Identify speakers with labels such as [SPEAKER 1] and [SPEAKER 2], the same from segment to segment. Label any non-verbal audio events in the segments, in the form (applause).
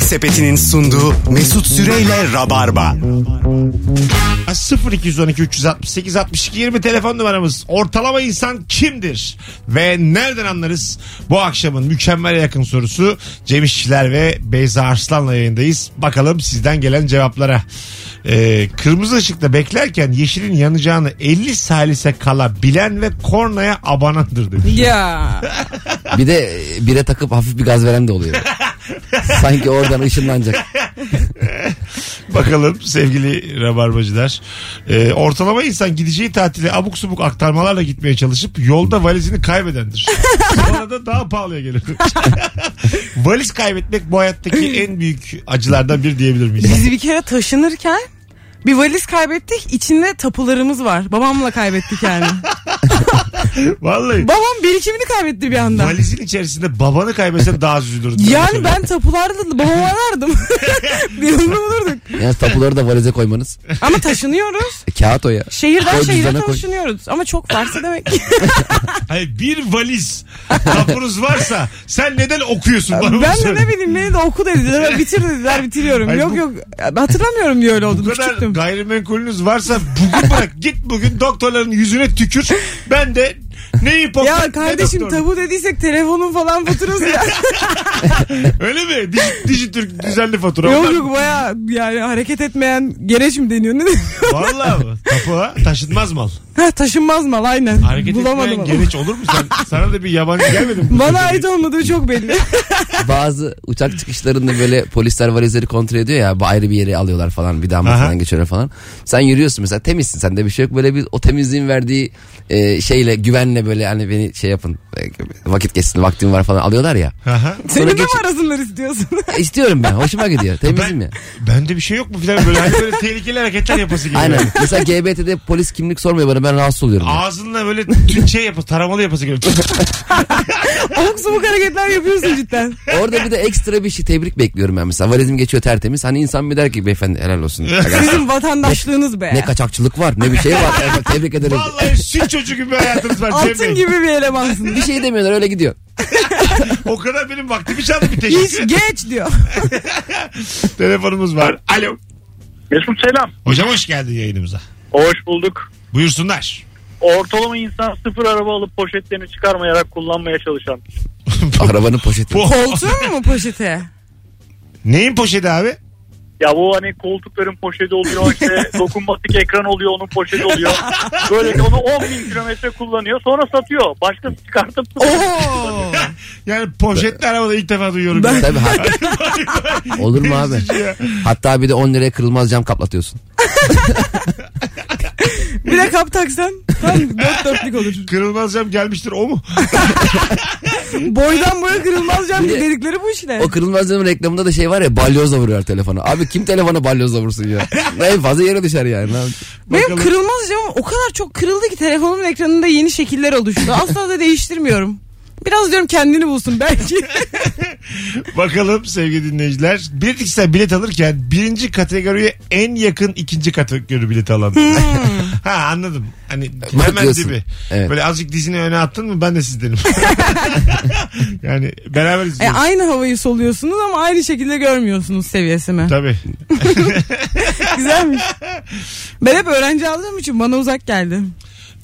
[SPEAKER 1] Sepeti'nin sunduğu Mesut Süreyle Rabarba.
[SPEAKER 2] 0212 368 62 20 telefon numaramız. Ortalama insan kimdir? Ve nereden anlarız? Bu akşamın mükemmel yakın sorusu Cem İşçiler ve Beyza Arslan'la yayındayız. Bakalım sizden gelen cevaplara. Ee, kırmızı ışıkta beklerken yeşilin yanacağını 50 salise kala bilen ve kornaya abanandır demiş.
[SPEAKER 3] Ya.
[SPEAKER 4] Bir de bire takıp hafif bir gaz veren de oluyor. Sanki oradan ışınlanacak.
[SPEAKER 2] (laughs) Bakalım sevgili rabarbacılar. Ee, ortalama insan gideceği tatile abuk subuk aktarmalarla gitmeye çalışıp yolda valizini kaybedendir. Sonra da daha pahalıya gelir. (laughs) Valiz kaybetmek bu hayattaki en büyük acılardan bir diyebilir miyiz?
[SPEAKER 3] (laughs) Biz bir kere taşınırken bir valiz kaybettik. İçinde tapularımız var. Babamla
[SPEAKER 2] (laughs)
[SPEAKER 3] kaybettik yani. (laughs)
[SPEAKER 2] Vallahi.
[SPEAKER 3] Babam birikimini kaybetti bir anda.
[SPEAKER 2] Valizin içerisinde babanı kaybetsen daha az üzülürdün.
[SPEAKER 3] Yani ben tapularda babamı
[SPEAKER 2] (laughs)
[SPEAKER 3] arardım. bir yolunu bulurduk.
[SPEAKER 4] Yani tapuları da valize koymanız.
[SPEAKER 3] Ama taşınıyoruz.
[SPEAKER 4] E, kağıt o ya.
[SPEAKER 3] Şehirden
[SPEAKER 4] Koy
[SPEAKER 3] şehire
[SPEAKER 4] düzene koy.
[SPEAKER 3] taşınıyoruz. Ama çok varsa
[SPEAKER 2] (laughs)
[SPEAKER 3] demek ki.
[SPEAKER 2] Hayır, bir valiz tapunuz varsa sen neden okuyorsun? Bana bunu
[SPEAKER 3] ben de
[SPEAKER 2] söyle.
[SPEAKER 3] ne bileyim beni de oku dediler. Ben Bitir dediler bitiriyorum.
[SPEAKER 2] Ay
[SPEAKER 3] yok
[SPEAKER 2] bu-
[SPEAKER 3] yok hatırlamıyorum diye öyle
[SPEAKER 2] Bu
[SPEAKER 3] olduğunu.
[SPEAKER 2] kadar
[SPEAKER 3] Küçüktüm.
[SPEAKER 2] gayrimenkulünüz varsa bugün
[SPEAKER 3] (laughs)
[SPEAKER 2] bırak git bugün doktorların yüzüne tükür. Ben de ne hipokrat
[SPEAKER 3] Ya
[SPEAKER 2] ne
[SPEAKER 3] kardeşim
[SPEAKER 2] doktorluk.
[SPEAKER 3] tabu dediysek telefonun falan faturası
[SPEAKER 2] (laughs)
[SPEAKER 3] ya.
[SPEAKER 2] Öyle mi? Dij- Dijitürk düzenli fatura.
[SPEAKER 3] yok yok baya yani hareket etmeyen gereç mi deniyor ne deniyor?
[SPEAKER 2] Valla mı? Tapu ha? Taşınmaz mal.
[SPEAKER 3] Ha, taşınmaz mal aynen.
[SPEAKER 2] Hareket
[SPEAKER 3] Bulamadım
[SPEAKER 2] etmeyen
[SPEAKER 3] ama.
[SPEAKER 2] gereç olur mu? Sen, sana da bir yabancı gelmedi mi?
[SPEAKER 3] Bana ait olmadığı çok belli.
[SPEAKER 4] Bazı uçak çıkışlarında böyle polisler valizleri kontrol ediyor ya bu ayrı bir yere alıyorlar falan bir daha
[SPEAKER 2] Aha.
[SPEAKER 4] falan geçiyorlar falan. Sen yürüyorsun mesela temizsin sende bir şey yok böyle bir o temizliğin verdiği e, şeyle güvenle böyle hani beni şey yapın e, vakit geçsin vaktim var falan alıyorlar ya.
[SPEAKER 2] Aha.
[SPEAKER 3] Senin de mi
[SPEAKER 4] geç-
[SPEAKER 3] arasınlar istiyorsun? (laughs)
[SPEAKER 4] E, İstiyorum ben hoşuma gidiyor temizim ya.
[SPEAKER 2] Bende bir şey yok mu filan böyle, hani böyle tehlikeli hareketler yapası geliyor.
[SPEAKER 4] Aynen mesela GBT'de polis kimlik sormuyor bana ben rahatsız oluyorum. ya.
[SPEAKER 2] Ağzınla böyle tü- şey yapı, taramalı yapası geliyor.
[SPEAKER 3] Abuk subuk hareketler yapıyorsun cidden.
[SPEAKER 4] Orada bir de ekstra bir şey tebrik bekliyorum ben mesela. Valizim geçiyor tertemiz. Hani insan bir der ki beyefendi helal olsun.
[SPEAKER 3] Sizin vatandaşlığınız be.
[SPEAKER 4] ne kaçakçılık var ne bir şey var.
[SPEAKER 2] (laughs)
[SPEAKER 4] Evet, Tebrik ederim.
[SPEAKER 2] Vallahi süt çocuğu gibi hayatınız var Cem Bey.
[SPEAKER 3] Altın gibi bir elemansın.
[SPEAKER 4] Bir şey demiyorlar öyle gidiyor.
[SPEAKER 2] O kadar benim vaktimi çaldı bir
[SPEAKER 3] İş
[SPEAKER 2] teşekkür.
[SPEAKER 3] geç diyor.
[SPEAKER 2] Telefonumuz var. Alo.
[SPEAKER 5] Mesut selam.
[SPEAKER 2] Hocam hoş geldin yayınımıza.
[SPEAKER 5] Hoş bulduk.
[SPEAKER 2] Buyursunlar.
[SPEAKER 5] Ortalama insan sıfır araba alıp poşetlerini çıkarmayarak kullanmaya çalışan.
[SPEAKER 4] Arabanın poşeti.
[SPEAKER 2] Bu-
[SPEAKER 3] Koltuğun mu poşete?
[SPEAKER 2] Neyin poşeti abi?
[SPEAKER 5] Ya bu hani koltukların poşeti oluyor (laughs) işte dokunmatik ekran oluyor onun poşeti oluyor. Böyle onu 10 bin kilometre kullanıyor sonra satıyor. Başkası çıkartıp
[SPEAKER 3] (laughs) Oo.
[SPEAKER 2] Yani poşetli arabada ilk defa duyuyorum.
[SPEAKER 3] Ben-
[SPEAKER 2] ya.
[SPEAKER 4] Tabii ha- olur mu abi?
[SPEAKER 2] Üzücü ya.
[SPEAKER 4] Hatta bir de 10 liraya kırılmaz cam kaplatıyorsun.
[SPEAKER 3] Bir de kap taksan tam dört dörtlük olur.
[SPEAKER 2] (laughs) Kırılmaz cam gelmiştir o mu?
[SPEAKER 3] Boydan boya kırılmaz cam
[SPEAKER 4] Bir de-
[SPEAKER 3] dedikleri bu işte.
[SPEAKER 4] O kırılmaz camın reklamında da şey var ya balyozla vuruyor telefonu. Abi kim telefona balyozla
[SPEAKER 2] (laughs)
[SPEAKER 4] vursun ya? en fazla yere düşer yani. Ne yap-
[SPEAKER 3] Benim
[SPEAKER 2] Bakalım.
[SPEAKER 3] kırılmaz camım o kadar çok kırıldı ki telefonumun ekranında yeni şekiller oluştu. Asla da değiştirmiyorum. Biraz diyorum kendini bulsun belki.
[SPEAKER 2] Bakalım sevgili dinleyiciler. Bilet X'ten bilet alırken birinci kategoriye en yakın ikinci kategori bilet alan. (laughs) ha anladım. Hani hemen
[SPEAKER 4] Bakıyorsun.
[SPEAKER 2] dibi.
[SPEAKER 4] Evet.
[SPEAKER 2] Böyle azıcık dizini öne attın mı ben de sizdenim. yani beraber
[SPEAKER 3] E,
[SPEAKER 2] izliyoruz.
[SPEAKER 3] aynı havayı soluyorsunuz ama aynı şekilde görmüyorsunuz seviyesi mi?
[SPEAKER 2] Tabii.
[SPEAKER 3] Güzelmiş. Ben hep öğrenci aldığım için bana uzak geldi.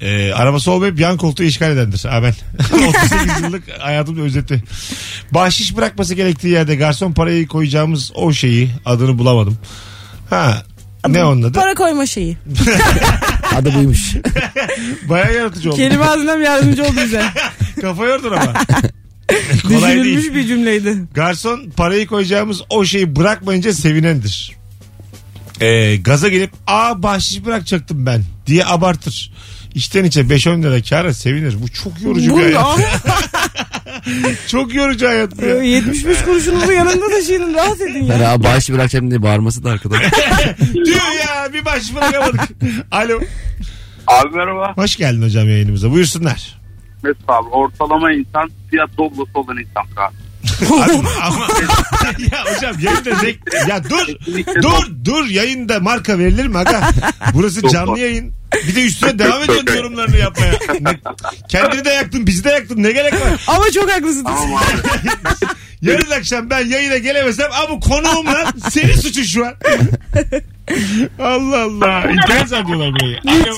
[SPEAKER 2] Ee, arabası olmayıp yan koltuğu işgal edendir.
[SPEAKER 3] (laughs)
[SPEAKER 2] Amen. 38 yıllık hayatımın özeti. Bahşiş bırakması gerektiği yerde garson parayı koyacağımız o şeyi adını bulamadım. Ha ne onun adı?
[SPEAKER 3] Para koyma şeyi.
[SPEAKER 4] Adı buymuş.
[SPEAKER 2] Baya yaratıcı oldu.
[SPEAKER 3] Kelime ağzından bir yardımcı oldu bize.
[SPEAKER 2] Kafa yordun
[SPEAKER 3] (laughs)
[SPEAKER 2] ama. Kolay
[SPEAKER 3] Düşünülmüş
[SPEAKER 2] değil.
[SPEAKER 3] bir cümleydi.
[SPEAKER 2] Garson parayı koyacağımız o şeyi bırakmayınca sevinendir. Ee, gaza gelip aa bahşiş bırakacaktım ben diye abartır. İçten içe 5-10 lira kâra sevinir. Bu çok yorucu
[SPEAKER 3] Bu
[SPEAKER 2] bir
[SPEAKER 3] ya.
[SPEAKER 2] hayat. (laughs) Çok yorucu hayat bu
[SPEAKER 3] ah,
[SPEAKER 2] ya.
[SPEAKER 3] 75 kuruşunuzu yanında taşıyın rahat edin
[SPEAKER 4] Ben
[SPEAKER 3] ya.
[SPEAKER 4] abi bağışı bırakacağım diye bağırması da arkada.
[SPEAKER 2] Diyor ya bir bahşiş bırakamadık. Alo.
[SPEAKER 6] Abi merhaba.
[SPEAKER 2] Hoş geldin hocam yayınımıza. Buyursunlar.
[SPEAKER 6] Mesut abi ortalama insan siyah doglosu olan insan. abi.
[SPEAKER 2] Abi, ama ya hocam yayında rek- ya dur dur dur yayında marka verilir mi aga? Burası
[SPEAKER 6] Çok
[SPEAKER 2] canlı
[SPEAKER 6] var.
[SPEAKER 2] yayın. Bir de üstüne devam ediyorsun
[SPEAKER 6] Çok iyi.
[SPEAKER 2] yorumlarını yapmaya. Ne- kendini de yaktın bizi de yaktın ne gerek var?
[SPEAKER 3] Ama çok haklısınız.
[SPEAKER 6] Tamam abi.
[SPEAKER 2] Yarın akşam ben yayına gelemesem ama konuğum lan. Senin suçun şu an. Allah Allah. İnternet zannediyorlar burayı. Alo.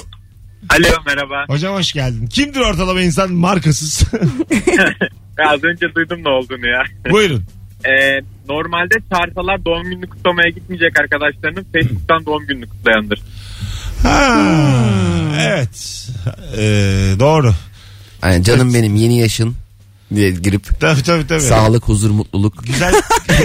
[SPEAKER 5] Alo (laughs) merhaba.
[SPEAKER 2] Hocam hoş geldin. Kimdir ortalama insan markasız? (laughs)
[SPEAKER 5] Ya az önce duydum ne olduğunu ya.
[SPEAKER 2] Buyurun.
[SPEAKER 5] Ee, normalde çarşılar doğum gününü kutlamaya gitmeyecek arkadaşlarının Facebook'tan doğum gününü kutlayandır.
[SPEAKER 2] Ha, Hmm. evet. Ee, doğru.
[SPEAKER 4] Yani canım benim yeni yaşın diye girip
[SPEAKER 2] Tabii tabii tabii.
[SPEAKER 4] sağlık, huzur, mutluluk.
[SPEAKER 2] Güzel,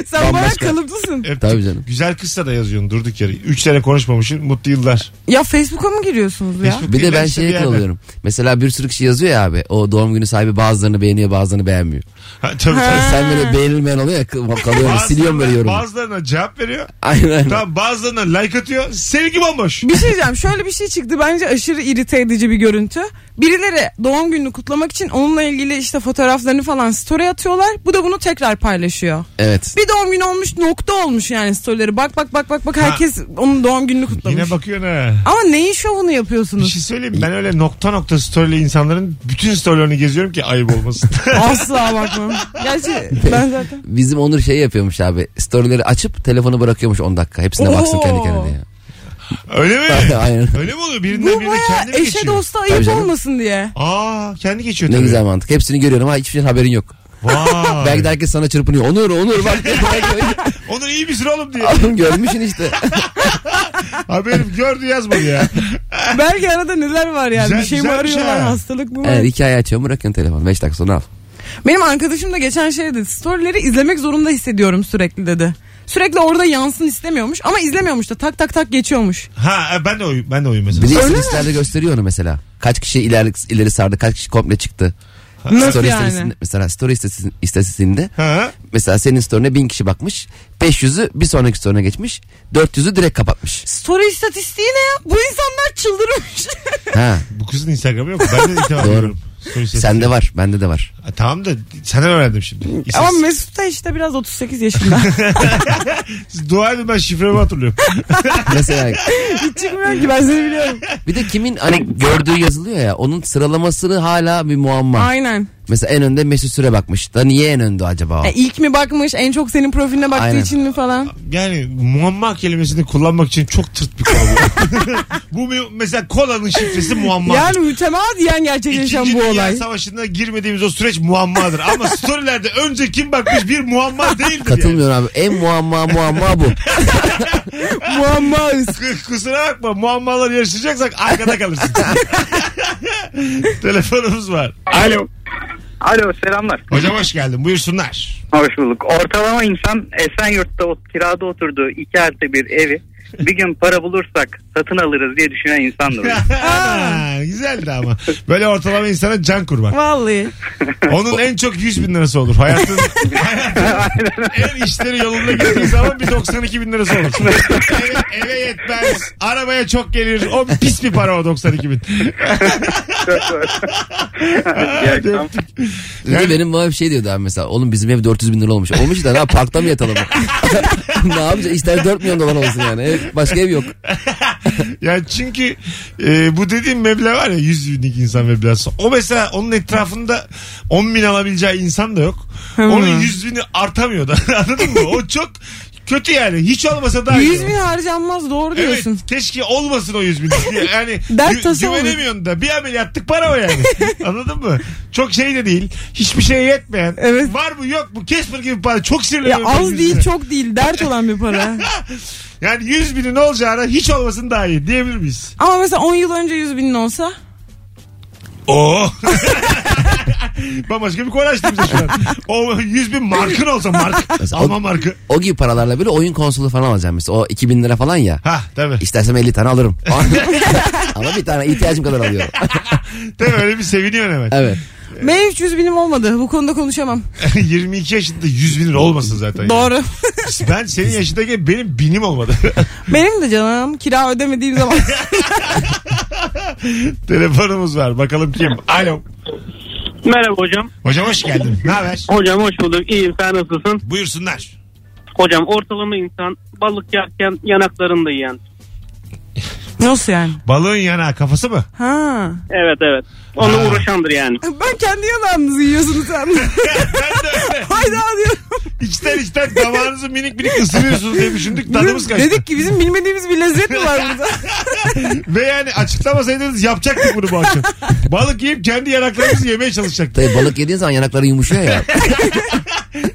[SPEAKER 3] Sen bana
[SPEAKER 4] Bambaşka.
[SPEAKER 3] kalıplısın.
[SPEAKER 2] öptük.
[SPEAKER 4] Tabii canım.
[SPEAKER 2] Güzel kızsa da yazıyorsun durduk yere. 3 sene konuşmamışsın. Mutlu yıllar.
[SPEAKER 3] Ya Facebook'a mı giriyorsunuz ya?
[SPEAKER 2] Facebook
[SPEAKER 4] Bir de
[SPEAKER 2] değil,
[SPEAKER 4] ben
[SPEAKER 2] işte
[SPEAKER 4] şeye
[SPEAKER 2] bir yerden.
[SPEAKER 4] kalıyorum. Mesela bir sürü kişi yazıyor ya abi. O doğum günü sahibi bazılarını beğeniyor bazılarını beğenmiyor.
[SPEAKER 2] Ha, tabii tabii.
[SPEAKER 4] Sen böyle beğenilmeyen oluyor ya k- kalıyorum siliyorum böyle yorumu.
[SPEAKER 2] Bazılarına cevap veriyor.
[SPEAKER 4] Aynen aynen.
[SPEAKER 2] Tamam bazılarına like atıyor. Seninki bomboş.
[SPEAKER 3] Bir şey diyeceğim. Şöyle bir şey çıktı. Bence aşırı irite edici bir görüntü. Birileri doğum gününü kutlamak için onunla ilgili işte fotoğraflarını falan story atıyorlar. Bu da bunu tekrar paylaşıyor.
[SPEAKER 4] Evet.
[SPEAKER 3] Bir doğum günü olmuş nokta olmuş yani storyleri. Bak bak bak bak bak herkes onun doğum gününü kutlamış.
[SPEAKER 4] şey-
[SPEAKER 2] Yine bakıyorsun ha.
[SPEAKER 3] Ama neyin şovunu
[SPEAKER 2] Bir (laughs)
[SPEAKER 3] yapıyorsunuz?
[SPEAKER 2] şey söyleyeyim mi? ben öyle nokta nokta story'li insanların bütün story'lerini geziyorum ki ayıp
[SPEAKER 4] (laughs)
[SPEAKER 2] olmasın.
[SPEAKER 3] Asla bakmam. Gerçi ben zaten.
[SPEAKER 4] Bizim Onur şey yapıyormuş abi. Storyleri açıp telefonu bırakıyormuş 10 dakika. Hepsine baksın
[SPEAKER 3] Oo.
[SPEAKER 4] kendi kendine ya.
[SPEAKER 2] öyle mi?
[SPEAKER 4] Aynen.
[SPEAKER 2] Öyle mi oluyor?
[SPEAKER 3] Bu
[SPEAKER 2] Birinden birine
[SPEAKER 3] baya
[SPEAKER 2] kendi mi
[SPEAKER 3] eşe
[SPEAKER 2] geçiyor?
[SPEAKER 3] dosta ayıp
[SPEAKER 4] canım.
[SPEAKER 3] olmasın diye.
[SPEAKER 2] Aa kendi geçiyor
[SPEAKER 4] Ne
[SPEAKER 2] tabii.
[SPEAKER 4] güzel mantık. Hepsini görüyorum ama hiçbir şeyin haberin yok.
[SPEAKER 2] Vay.
[SPEAKER 4] Belki de herkes sana çırpınıyor. Onur,
[SPEAKER 2] (laughs)
[SPEAKER 4] Onur bak.
[SPEAKER 2] Onur iyi misin oğlum
[SPEAKER 4] (laughs)
[SPEAKER 2] diye.
[SPEAKER 4] Oğlum görmüşsün işte.
[SPEAKER 2] Haberim gördü yazmadı ya.
[SPEAKER 3] Belki arada neler var yani.
[SPEAKER 2] Güzel-
[SPEAKER 3] bir şey mi
[SPEAKER 2] güzelmiş
[SPEAKER 3] arıyorlar?
[SPEAKER 2] ha.
[SPEAKER 3] Hastalık mı var?
[SPEAKER 4] Evet, hikaye açıyorum bırakın telefonu. 5 dakika sonra al.
[SPEAKER 3] Benim arkadaşım da geçen şey dedi. Storyleri izlemek zorunda hissediyorum sürekli dedi. Sürekli orada yansın istemiyormuş ama izlemiyormuş da tak tak tak geçiyormuş.
[SPEAKER 2] (laughs) Ha e, ben de oyum ben de oyum mesela.
[SPEAKER 4] Bir de
[SPEAKER 3] Öyle mi?
[SPEAKER 4] istatistiklerde gösteriyor onu mesela. Kaç kişi ileri, ileri sardı, kaç kişi komple çıktı.
[SPEAKER 3] Nasıl
[SPEAKER 4] story
[SPEAKER 3] yani?
[SPEAKER 4] istatistiğinde- mesela story istatistik- istatistiğinde
[SPEAKER 2] Ha?
[SPEAKER 4] mesela senin story'ne 1000 kişi bakmış. 500'ü bir sonraki story'ne geçmiş. 400'ü direkt kapatmış.
[SPEAKER 3] (laughs) Story istatistiği ne ya? Bu insanlar
[SPEAKER 4] (laughs)
[SPEAKER 3] çıldırmış.
[SPEAKER 4] Ha.
[SPEAKER 2] Bu kızın Instagram'ı yok. Ben de itibar
[SPEAKER 3] (laughs)
[SPEAKER 4] Doğru.
[SPEAKER 2] ediyorum. Soru sesi.
[SPEAKER 4] Sende var, bende de var.
[SPEAKER 2] Ha, Tamam da senden öğrendim şimdi.
[SPEAKER 3] ama Mesut da işte biraz 38 yaşında.
[SPEAKER 2] Dua edin ben şifremi hatırlıyorum.
[SPEAKER 4] Mesela
[SPEAKER 3] Hiç çıkmıyor ki ben seni biliyorum.
[SPEAKER 4] bir de kimin hani gördüğü yazılıyor ya onun sıralamasını hala bir muamma.
[SPEAKER 2] Ah.
[SPEAKER 3] Aynen.
[SPEAKER 4] Mesela en önde Mesut Süre bakmış. Da niye en önde acaba o?
[SPEAKER 2] Ah.
[SPEAKER 3] E, ilk mi bakmış en çok senin profiline baktığı
[SPEAKER 4] Aynen.
[SPEAKER 3] için mi falan.
[SPEAKER 2] Yani muamma kelimesini kullanmak için çok tırt bir konu. (laughs) bu bir- mesela kolanın şifresi muamma.
[SPEAKER 3] Yani mütemadiyen gerçekleşen
[SPEAKER 2] İkinci
[SPEAKER 3] bu
[SPEAKER 2] Dünya
[SPEAKER 3] olay.
[SPEAKER 2] Savaşı'nda girmediğimiz o süreç muammadır. Ama storylerde önce kim bakmış bir muamma değildir. yani.
[SPEAKER 3] (laughs)
[SPEAKER 4] Katılmıyorum abi. En muamma muamma bu.
[SPEAKER 3] Muamma
[SPEAKER 2] K- Kusura bakma muammalar yarışacaksak arkada
[SPEAKER 3] (laughs)
[SPEAKER 2] kalırsın. (laughs) Telefonumuz var.
[SPEAKER 6] Alo. Alo selamlar.
[SPEAKER 2] Hocam hoş geldin buyursunlar.
[SPEAKER 6] Hoş bulduk. Ortalama insan Esenyurt'ta ot- kirada oturduğu iki artı bir evi bir gün para bulursak satın alırız diye düşünen insandır.
[SPEAKER 2] Aa, (laughs) güzeldi ama. Böyle ortalama insana can kurmak.
[SPEAKER 3] Vallahi.
[SPEAKER 2] Onun en çok 100 bin lirası olur. Hayatın, hayatın en işleri yolunda gittiği zaman bir 92 bin lirası olur. Eve, eve yetmez. Arabaya çok gelir. O pis bir para o 92 bin. (laughs)
[SPEAKER 6] İyi akşamlar.
[SPEAKER 4] Bir de
[SPEAKER 2] Yani-
[SPEAKER 4] benim babam şey diyordu abi mesela. Oğlum bizim ev 400 bin lira olmuş. Olmuş da ne parkta mı yatalım? (laughs) ne yapacağız? İster 4 milyon dolar olsun yani. Ev- başka ev yok.
[SPEAKER 2] Yani çünkü e, bu dediğim meblağ var ya 100 binlik insan meblağı. O mesela onun etrafında 10 bin alabileceği insan da yok. Onun 100 bini artamıyor da. (laughs) Anladın mı? O çok kötü yani. Hiç olmasa daha iyi.
[SPEAKER 3] 100 bin harcanmaz doğru
[SPEAKER 2] Evet,
[SPEAKER 3] diyorsun.
[SPEAKER 2] keşke olmasın o 100 bin.
[SPEAKER 3] (laughs)
[SPEAKER 2] Yani
[SPEAKER 3] Dert
[SPEAKER 2] gü-
[SPEAKER 3] tasa olur.
[SPEAKER 2] güvenemiyorsun da bir ameliyatlık para o
[SPEAKER 3] (laughs)
[SPEAKER 2] yani. Anladın mı? Çok şey de değil. Hiçbir şeye yetmeyen.
[SPEAKER 3] Evet.
[SPEAKER 2] Var mı yok mu? Kesper gibi para. Çok
[SPEAKER 3] Ya
[SPEAKER 2] sinirleniyorum.
[SPEAKER 3] az
[SPEAKER 2] ben
[SPEAKER 3] değil
[SPEAKER 2] yüzüne.
[SPEAKER 3] çok değil dert olan bir para.
[SPEAKER 2] Yani 100 binin olacağına hiç olmasın daha iyi diyebilir miyiz?
[SPEAKER 3] Ama mesela 10 yıl önce 100 binin olsa
[SPEAKER 2] (laughs) Oo. Bambaşka bir konu açtı bize şu an. O 100 bin markın olsa mark.
[SPEAKER 4] Mesela
[SPEAKER 2] Alman
[SPEAKER 4] o-
[SPEAKER 2] markı.
[SPEAKER 4] O gibi paralarla böyle oyun konsolu falan alacağım mesela. O 2000 lira falan ya.
[SPEAKER 2] Ha tabii.
[SPEAKER 4] İstersem 50 tane alırım. (laughs) Ama bir tane ihtiyacım kadar alıyorum.
[SPEAKER 2] Tabii öyle bir seviniyorsun hemen. (laughs)
[SPEAKER 4] evet.
[SPEAKER 3] Benim hiç 100 binim olmadı. Bu konuda konuşamam.
[SPEAKER 2] 22 yaşında 100 bin lira olmasın zaten.
[SPEAKER 3] Doğru. (laughs)
[SPEAKER 2] Yani. Ben senin yaşındaki benim binim olmadı. (laughs)
[SPEAKER 3] Benim de canım kira ödemediğim zaman.
[SPEAKER 2] Telefonumuz var. Bakalım kim? Alo.
[SPEAKER 5] (laughs) Merhaba hocam.
[SPEAKER 2] Hocam hoş geldin. Ne haber?
[SPEAKER 5] Hocam hoş bulduk. İyiyim sen nasılsın?
[SPEAKER 2] Buyursunlar.
[SPEAKER 5] Hocam ortalama insan balık yerken yanaklarını da yiyen.
[SPEAKER 3] Nasıl yani?
[SPEAKER 2] Balığın yanağı kafası mı? (laughs)
[SPEAKER 3] Ha.
[SPEAKER 5] Evet evet. Onunla
[SPEAKER 2] Ha.
[SPEAKER 5] uğraşandır yani.
[SPEAKER 3] Ben kendi yanağımızı yiyorsunuz sen. (laughs)
[SPEAKER 2] ben de öyle.
[SPEAKER 3] Hayda diyorum.
[SPEAKER 2] İçten içten damağınızı minik minik ısırıyorsunuz diye düşündük. Tadımız kaçtı.
[SPEAKER 3] Dedik ki bizim bilmediğimiz bir lezzet mi var burada?
[SPEAKER 2] Ve yani açıklamasaydınız yapacaktık bunu bu
[SPEAKER 3] (laughs)
[SPEAKER 2] akşam. Balık yiyip kendi yanaklarınızı yemeye çalışacaktık.
[SPEAKER 4] Tabii balık yediğin zaman yanakları yumuşuyor ya.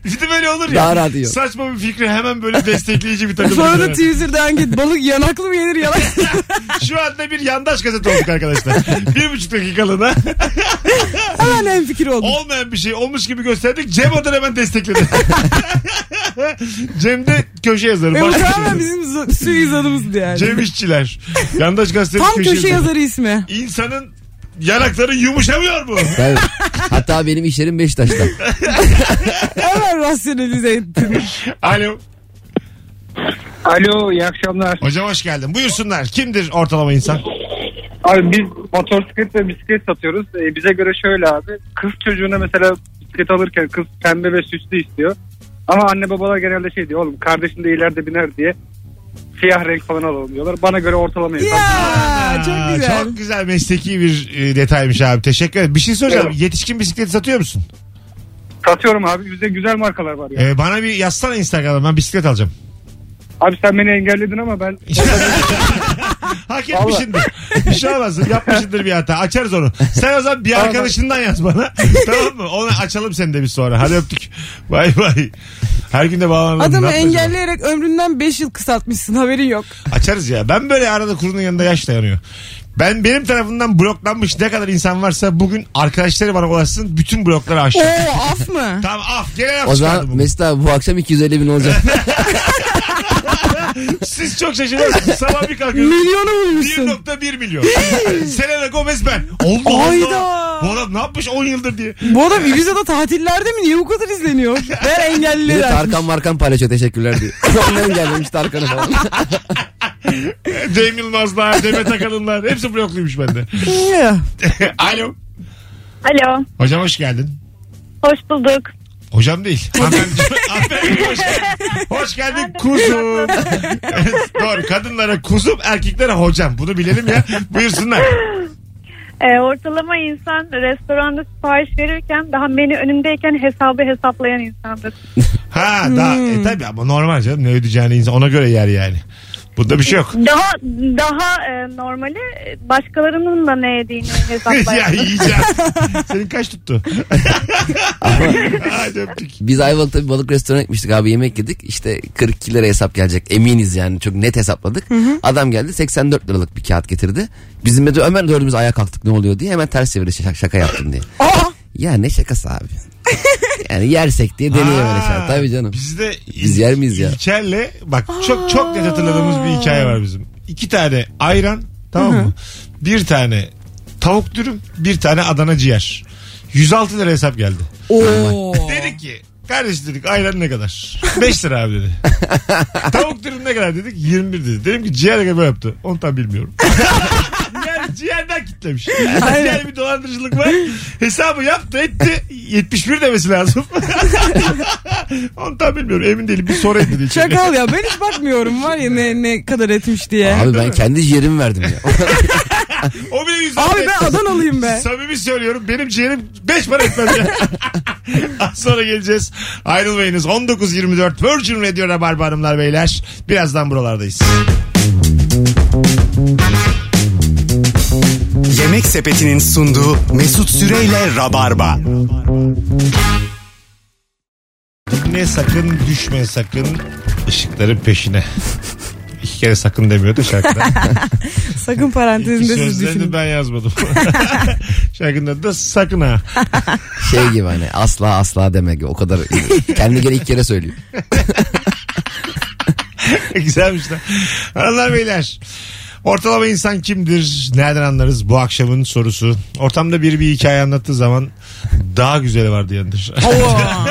[SPEAKER 2] Bir de böyle olur ya.
[SPEAKER 4] Daha rahat yiyor.
[SPEAKER 2] Saçma bir fikri hemen
[SPEAKER 3] (laughs)
[SPEAKER 2] böyle destekleyici bir takım.
[SPEAKER 3] Sonra da
[SPEAKER 2] şeyler.
[SPEAKER 3] Twitter'dan git balık yanaklı mı
[SPEAKER 2] (laughs)
[SPEAKER 3] yenir yanaksız?
[SPEAKER 2] Şu anda bir yandaş gazete olduk
[SPEAKER 3] (laughs)
[SPEAKER 2] arkadaşlar. bir buçuk dakikalığına
[SPEAKER 3] Hemen en fikir oldu.
[SPEAKER 2] olmayan bir şey olmuş gibi gösterdik. Cem oradan hemen
[SPEAKER 3] (laughs)
[SPEAKER 2] destekledi. Cem de köşe yazarı.
[SPEAKER 3] Ve bu
[SPEAKER 2] başka bir şey
[SPEAKER 3] tamamen
[SPEAKER 2] yazarı.
[SPEAKER 3] bizim zo- suizanımızdı yani.
[SPEAKER 2] Cem İşçiler. Yandaş gazete
[SPEAKER 3] Tam köşe yazarı ismi.
[SPEAKER 2] İnsanın yanakları yumuşamıyor mu?
[SPEAKER 4] Tabii. Hatta benim iş yerim Beşiktaş'ta.
[SPEAKER 3] Hemen
[SPEAKER 2] (laughs)
[SPEAKER 3] rasyonelize ettin.
[SPEAKER 2] Alo.
[SPEAKER 5] Alo iyi akşamlar.
[SPEAKER 2] Hocam hoş geldin. Buyursunlar. Kimdir ortalama insan?
[SPEAKER 5] Abi biz motosiklet ve bisiklet satıyoruz. Ee, bize göre şöyle abi. Kız çocuğuna mesela bisiklet alırken kız pembe ve süslü istiyor. Ama anne babalar genelde şey diyor oğlum kardeşin de ileride biner diye siyah renk falan alalım diyorlar. Bana göre ortalama insan.
[SPEAKER 3] ya çok güzel.
[SPEAKER 2] Çok güzel mesleki bir e, detaymış abi. Teşekkür ederim. Bir şey soracağım.
[SPEAKER 5] Evet.
[SPEAKER 2] Yetişkin bisikleti satıyor musun?
[SPEAKER 5] Satıyorum abi. Bizde güzel markalar var ya.
[SPEAKER 2] Ee, bana bir yazsana Instagram'dan. Ben bisiklet alacağım. (laughs)
[SPEAKER 5] Abi sen beni engelledin ama ben
[SPEAKER 2] Hak etmişindir. Bir şey olmaz. Yapmışındır bir hata. Açarız onu. Sen o zaman bir arkadaşından yaz bana. (laughs) tamam mı? Onu açalım seni de bir sonra. Hadi öptük. Bay bay. Her gün de bağlanalım. Ne
[SPEAKER 3] Adamı
[SPEAKER 2] yapacağız?
[SPEAKER 3] engelleyerek ömründen 5 yıl kısaltmışsın haberin yok.
[SPEAKER 2] Açarız ya. Ben böyle arada kurunun yanında yaş dayanıyor. Ben benim tarafından bloklanmış ne kadar insan varsa bugün arkadaşları bana ulaşsın bütün blokları
[SPEAKER 3] Oo
[SPEAKER 2] aşağı.
[SPEAKER 3] af mı?
[SPEAKER 2] tamam af genel af
[SPEAKER 4] O
[SPEAKER 2] çıkardı
[SPEAKER 4] zaman
[SPEAKER 2] bugün.
[SPEAKER 4] Mesut abi bu akşam 250 bin (laughs) olacak.
[SPEAKER 2] Siz çok şaşırıyorsunuz. Sabah bir kalkıyorsunuz.
[SPEAKER 3] Milyonu bulmuşsun.
[SPEAKER 2] 1.1 milyon. Selena Gomez ben. Allah Allah.
[SPEAKER 3] Hayda.
[SPEAKER 2] Bu adam ne yapmış 10 yıldır diye.
[SPEAKER 3] Bu adam Ibiza'da tatillerde mi? Niye bu kadar izleniyor? Ben
[SPEAKER 4] Bir de
[SPEAKER 3] engelliler.
[SPEAKER 4] Tarkan Markan paylaşıyor teşekkürler (laughs) diyor. Ondan gelmemiş Tarkan'ı falan.
[SPEAKER 2] Cem Yılmazlar, Demet Akalınlar. Hepsi blokluymuş bende. Alo.
[SPEAKER 7] Alo,
[SPEAKER 2] Hocam hoş geldin.
[SPEAKER 7] hoş bulduk.
[SPEAKER 2] Hocam değil. Hanımefendi. Hanımefendi hoş geldin. Hoş geldin kuzum. Evet, Doğru. Kadınlara kuzum, erkeklere hocam. Bunu bilelim ya. Buyursunlar.
[SPEAKER 7] Ee, ortalama insan restoranda sipariş verirken daha menü önündeyken hesabı hesaplayan insandır.
[SPEAKER 2] Ha daha
[SPEAKER 4] Hmm.
[SPEAKER 2] e, tabii ama normal canım. Ne ödeyeceğini insan ona göre yer yani. Bunda bir şey yok.
[SPEAKER 7] Daha daha e, normali e, başkalarının da ne yediğini
[SPEAKER 2] (laughs) ya
[SPEAKER 7] hesaplayan.
[SPEAKER 2] yiyeceğim. Senin kaç tuttu? Hadi öptük.
[SPEAKER 4] Biz Ayvalık'ta bir balık restorana gitmiştik abi yemek yedik. İşte 42 lira hesap gelecek eminiz yani çok net hesapladık. Adam geldi 84 liralık bir kağıt getirdi. Bizim de hemen dördümüz ayağa kalktık ne oluyor diye hemen ters çevirdi şaka, şaka yaptım diye.
[SPEAKER 3] Aa,
[SPEAKER 4] Ya ne şakası abi. Yani yersek diye deniyor böyle şey. Tabii canım.
[SPEAKER 2] Bizde
[SPEAKER 4] Biz yer miyiz ya?
[SPEAKER 2] İlker'le bak çok çok net hatırladığımız bir hikaye var bizim. İki tane ayran tamam mı? Bir tane tavuk dürüm bir tane Adana ciğer. 106 lira hesap geldi.
[SPEAKER 3] Oo.
[SPEAKER 2] Dedik ki kardeş dedik ayran ne kadar? (laughs) 5 lira abi dedi. tavuk dürüm ne kadar dedik? 21 dedi. Dedim ki ciğer ne kadar yaptı? Onu tam bilmiyorum. (laughs) yani ciğerden kitlemiş. Yani bir dolandırıcılık var. Hesabı yaptı etti. 71 demesi lazım. (laughs) Onu tam bilmiyorum. Emin değilim. Bir sorayım dedi. içeri.
[SPEAKER 3] Çakal ya ben hiç bakmıyorum var ya ne, ne kadar etmiş diye.
[SPEAKER 4] Abi ben kendi ciğerimi verdim ya.
[SPEAKER 2] O bile yüzde
[SPEAKER 3] Abi ben Adanalıyım be.
[SPEAKER 2] Samimi söylüyorum benim ciğerim 5 para etmez
[SPEAKER 3] (laughs)
[SPEAKER 2] ya. Az sonra geleceğiz. Ayrılmayınız. 19.24 Virgin Radio Rabarba Hanımlar Beyler. Birazdan buralardayız.
[SPEAKER 1] Yemek Sepeti'nin sunduğu Mesut Süreyle Rabarba.
[SPEAKER 2] Ne sakın düşme sakın ışıkların peşine. İki kere sakın demiyordu
[SPEAKER 3] (laughs)
[SPEAKER 2] şarkıda.
[SPEAKER 3] Sakın
[SPEAKER 2] İki
[SPEAKER 3] parantezinde siz
[SPEAKER 2] sözlerini
[SPEAKER 3] düşünün.
[SPEAKER 2] ben
[SPEAKER 3] (laughs)
[SPEAKER 2] yazmadım. Şarkının adı da sakın ha.
[SPEAKER 4] Şey gibi hani asla asla deme gibi. O kadar kendi gene ilk kere söylüyor.
[SPEAKER 2] (laughs) Güzelmiş lan. Hanımlar beyler. Ortalama insan kimdir? Nereden anlarız? Bu akşamın sorusu. Ortamda biri bir hikaye anlattığı zaman daha güzeli var diyendir.
[SPEAKER 3] Oo.
[SPEAKER 2] (laughs)
[SPEAKER 3] (laughs)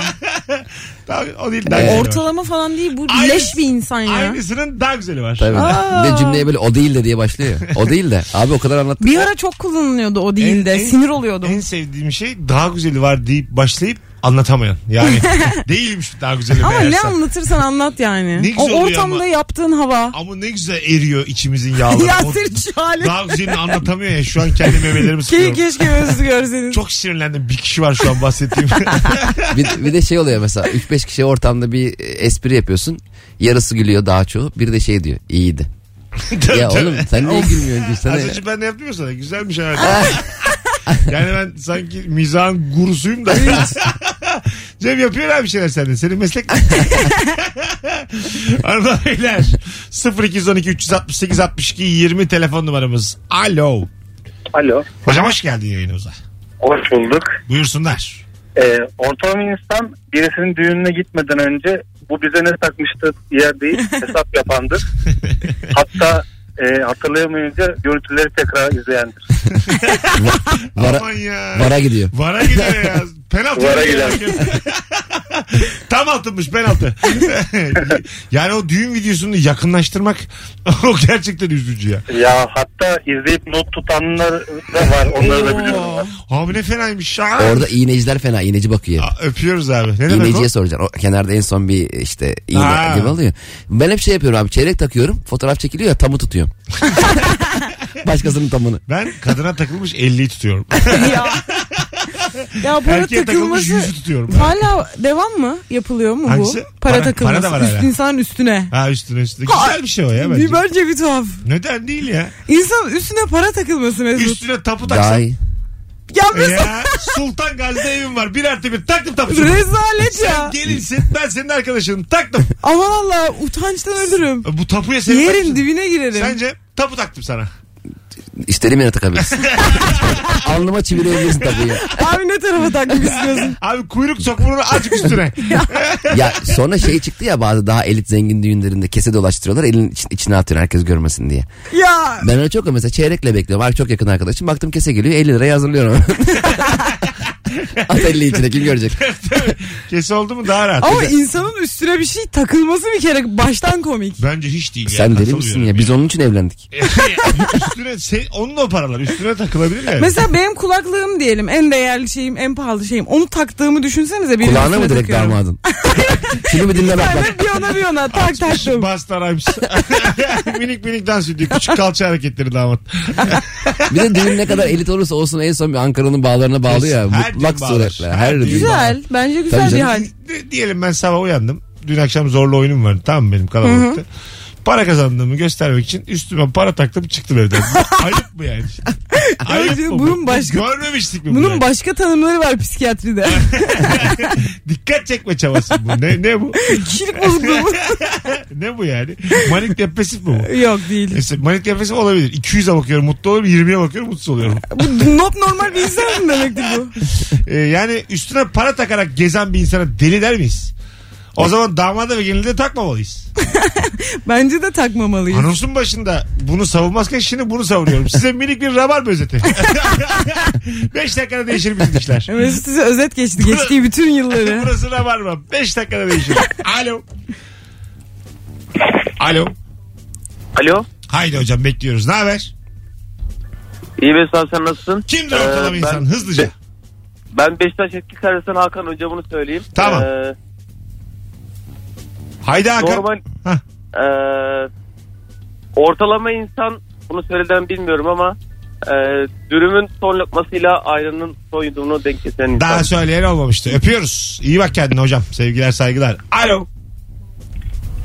[SPEAKER 2] Daha- o değil daha güzeli var.
[SPEAKER 3] Ee, Ortalama falan değil bu
[SPEAKER 2] Aynı-
[SPEAKER 3] leş bir insan ya.
[SPEAKER 2] Aynısının daha güzeli var.
[SPEAKER 4] Tabii.
[SPEAKER 3] Aa.
[SPEAKER 4] Bir de cümleye böyle o değil de diye başlıyor. ya. O değil de. Abi o kadar anlattı.
[SPEAKER 3] Bir ara çok kullanılıyordu o değil
[SPEAKER 2] En-
[SPEAKER 3] de
[SPEAKER 2] en-
[SPEAKER 3] sinir oluyordum.
[SPEAKER 2] En sevdiğim şey daha güzeli var deyip başlayıp anlatamayan.
[SPEAKER 3] (laughs)
[SPEAKER 2] Yani değilmiş daha güzeli
[SPEAKER 3] Ama ne
[SPEAKER 2] meğerse.
[SPEAKER 3] anlatırsan anlat yani.
[SPEAKER 2] Ne güzel
[SPEAKER 3] o
[SPEAKER 2] oluyor
[SPEAKER 3] ortamda
[SPEAKER 2] ama.
[SPEAKER 3] yaptığın hava.
[SPEAKER 2] Ama ne güzel eriyor
[SPEAKER 3] (laughs)
[SPEAKER 2] içimizin yağları.
[SPEAKER 3] ya
[SPEAKER 2] O-
[SPEAKER 3] senin şu halin.
[SPEAKER 2] daha güzelini anlatamıyor ya şu an kendi memelerimi
[SPEAKER 3] Ke-
[SPEAKER 2] sıkıyorum.
[SPEAKER 3] keşke özü görseniz.
[SPEAKER 2] Çok sinirlendim bir kişi var şu an bahsettiğim.
[SPEAKER 4] bir, bir de şey oluyor mesela 3-5 kişi ortamda bir e, espri yapıyorsun. Yarısı gülüyor daha çoğu. Bir de şey diyor iyiydi. ya oğlum sen niye gülmüyorsun?
[SPEAKER 2] Az
[SPEAKER 4] Gülsene.
[SPEAKER 2] önce ben de yaptım ya sana. Güzelmiş herhalde. (laughs) yani ben sanki mizahın gurusuyum da.
[SPEAKER 4] (laughs)
[SPEAKER 2] Cem yapıyor abi bir şeyler sende. Senin meslek mi? Arada beyler 0212 368 62 20 telefon numaramız. Alo.
[SPEAKER 5] Alo.
[SPEAKER 2] Hocam hoş geldin yayınımıza.
[SPEAKER 5] Hoş bulduk.
[SPEAKER 2] Buyursunlar.
[SPEAKER 5] Ee, ortalama insan birisinin düğününe gitmeden önce bu bize ne takmıştı diye (laughs) değil hesap yapandır. Hatta e, hatırlayamayınca görüntüleri tekrar izleyendir.
[SPEAKER 4] Vara,
[SPEAKER 2] Aman ya.
[SPEAKER 4] vara gidiyor.
[SPEAKER 2] Vara gidiyor ya. Penaltı.
[SPEAKER 5] Vara
[SPEAKER 2] gidiyor. (laughs) Tam altınmış penaltı. (laughs) yani o düğün videosunu yakınlaştırmak (laughs) o gerçekten üzücü ya.
[SPEAKER 5] Ya hatta izleyip not tutanlar da var onları da biliyorum. ben.
[SPEAKER 2] Abi ne fenaymış. Aa.
[SPEAKER 4] Orada iğneciler fena. iğneci bakıyor.
[SPEAKER 2] Aa, öpüyoruz abi. Ne demek o?
[SPEAKER 4] İğneciye soracaksın. O kenarda en son bir işte iğne
[SPEAKER 2] Ha.
[SPEAKER 4] gibi alıyor. Ben hep şey yapıyorum abi. Çeyrek takıyorum. Fotoğraf çekiliyor ya
[SPEAKER 2] (laughs)
[SPEAKER 4] tamı tutuyorum. Başkasının tamını.
[SPEAKER 2] Ben kadına
[SPEAKER 4] (laughs)
[SPEAKER 2] takılmış 50'yi tutuyorum.
[SPEAKER 3] (laughs)
[SPEAKER 2] (laughs)
[SPEAKER 3] ya. Ya para
[SPEAKER 2] Erkeğe takılmış
[SPEAKER 3] takılması.
[SPEAKER 2] 100'ü tutuyorum. ben.
[SPEAKER 3] Hala devam mı? Yapılıyor mu
[SPEAKER 2] Hangisi?
[SPEAKER 3] bu? Para,
[SPEAKER 2] Para-
[SPEAKER 3] takılması.
[SPEAKER 2] para da var hala.
[SPEAKER 3] Üst- İnsanın üstüne.
[SPEAKER 2] Ha üstüne üstüne. Güzel bir şey o ya bence.
[SPEAKER 3] Bir bence bir tuhaf.
[SPEAKER 2] Neden değil ya?
[SPEAKER 3] İnsan üstüne para takılması Mesut.
[SPEAKER 2] Üstüne tapu
[SPEAKER 4] Daha
[SPEAKER 2] taksan. E
[SPEAKER 4] iyi.
[SPEAKER 3] Ya Mesut
[SPEAKER 2] Ya Sultan Gazi'de evim var. Bir artı bir taktım tapucumu.
[SPEAKER 3] rezalet ya.
[SPEAKER 2] Sen gelinsin ben senin arkadaşınım. Taktım. E,
[SPEAKER 3] Aman Allah utançtan ölürüm.
[SPEAKER 2] Bu tapuya sen
[SPEAKER 3] Yerin dibine girerim.
[SPEAKER 2] Sence tapu taktım sana.
[SPEAKER 4] İstediğim yere takabilirsin.
[SPEAKER 2] (laughs)
[SPEAKER 4] Alnıma çivirebilirsin tabii ya.
[SPEAKER 3] Abi ne tarafa
[SPEAKER 4] (laughs)
[SPEAKER 3] takmak istiyorsun?
[SPEAKER 2] Abi kuyruk sok bunu azıcık üstüne.
[SPEAKER 4] Ya sonra şey çıktı ya bazı daha elit zengin düğünlerinde kese dolaştırıyorlar elin iç- içine atıyor herkes görmesin diye.
[SPEAKER 3] ya.
[SPEAKER 4] Ben öyle çok mesela çeyrekle bekliyorum. Var çok yakın arkadaşım baktım kese geliyor 50
[SPEAKER 2] (laughs)
[SPEAKER 4] liraya hazırlıyorum. At 50 içine kim görecek?
[SPEAKER 2] Kesi oldu mu daha rahat.
[SPEAKER 3] Ama insanın üstüne bir şey takılması bir kere baştan komik.
[SPEAKER 2] Bence hiç değil ya.
[SPEAKER 4] Sen deli misin ya? Biz onun için evlendik.
[SPEAKER 2] Şey, üstüne, se- onun da o paralar üstüne takılabilir yani.
[SPEAKER 3] Mesela benim kulaklığım diyelim en değerli şeyim en pahalı şeyim. Onu taktığımı düşünsenize. birinin
[SPEAKER 4] Kulağına
[SPEAKER 3] üstüne
[SPEAKER 4] mı direkt
[SPEAKER 3] takıyorum.
[SPEAKER 4] damadın? Şunu bir dinle bak bak.
[SPEAKER 3] Yani bir ona bir ona tak taktım.
[SPEAKER 2] Bastaraymış. (laughs) minik minik dans ediyor. Küçük kalça hareketleri damat.
[SPEAKER 4] Bir de düğün ne kadar elit olursa olsun en son bir Ankara'nın bağlarına bağlı ya.
[SPEAKER 2] Her
[SPEAKER 4] Mutlak
[SPEAKER 2] düğün bağlar.
[SPEAKER 4] suretle. Her
[SPEAKER 2] Her
[SPEAKER 4] düğün
[SPEAKER 2] düğün
[SPEAKER 4] bağlar.
[SPEAKER 3] Güzel. Bence güzel
[SPEAKER 4] Tabii
[SPEAKER 3] bir
[SPEAKER 4] canım.
[SPEAKER 3] hal.
[SPEAKER 2] D- diyelim ben sabah uyandım. Dün akşam zorlu oyunum var. Tamam mı benim kalabalıkta. Para kazandığımı göstermek için üstüme para taktım çıktım
[SPEAKER 3] (laughs)
[SPEAKER 2] evden. Bu Ayıp mı yani? Ayıp
[SPEAKER 3] Hayır,
[SPEAKER 2] mı? bu?
[SPEAKER 3] bunun başka-
[SPEAKER 2] Görmemiştik mi bunu?
[SPEAKER 3] Bunun başka tanımları var psikiyatride.
[SPEAKER 4] (laughs)
[SPEAKER 3] (laughs)
[SPEAKER 2] Dikkat çekme çabası bu. Ne, ne bu?
[SPEAKER 3] Kişilik bozukluğu
[SPEAKER 4] (laughs)
[SPEAKER 3] mu?
[SPEAKER 2] ne bu yani? Manik depresif mi bu?
[SPEAKER 3] Yok değil.
[SPEAKER 2] Mesela manik depresif olabilir. 200'e bakıyorum mutlu oluyorum. 20'ye bakıyorum mutsuz oluyorum.
[SPEAKER 3] Bu not normal bir insan mı demektir bu?
[SPEAKER 2] Ee, yani üstüne para takarak gezen bir insana deli der miyiz? O zaman damada ve gelinliğe takmamalıyız.
[SPEAKER 3] Bence de takmamalıyız.
[SPEAKER 2] Anonsun başında bunu savunmazken şimdi bunu savunuyorum. Size minik bir rabar özeti. 5 dakikada değişir bizim işler.
[SPEAKER 3] Mesut size özet geçti. Geçtiği bütün yılları.
[SPEAKER 2] (laughs) Burası rabarba. 5 dakikada değişir. Alo. Alo.
[SPEAKER 8] Alo.
[SPEAKER 2] Haydi hocam bekliyoruz. Ne haber?
[SPEAKER 8] İyi Mesut abi sen nasılsın?
[SPEAKER 2] Kimdir ortalama
[SPEAKER 8] Ee,
[SPEAKER 2] insan?
[SPEAKER 8] ben-
[SPEAKER 2] Hızlıca.
[SPEAKER 8] Ben Beşiktaş etki karısın Hakan Hoca bunu söyleyeyim.
[SPEAKER 2] Tamam.
[SPEAKER 8] Ee,
[SPEAKER 2] Haydi Hakan.
[SPEAKER 8] normal
[SPEAKER 2] Hah.
[SPEAKER 8] ee, ortalama insan bunu söyleden bilmiyorum ama ee, dürümün son lokmasıyla ayranın soyduğunu denk getiren insan.
[SPEAKER 2] Daha söyleyen olmamıştı. Öpüyoruz. İyi bak kendine hocam. Sevgiler saygılar. Alo.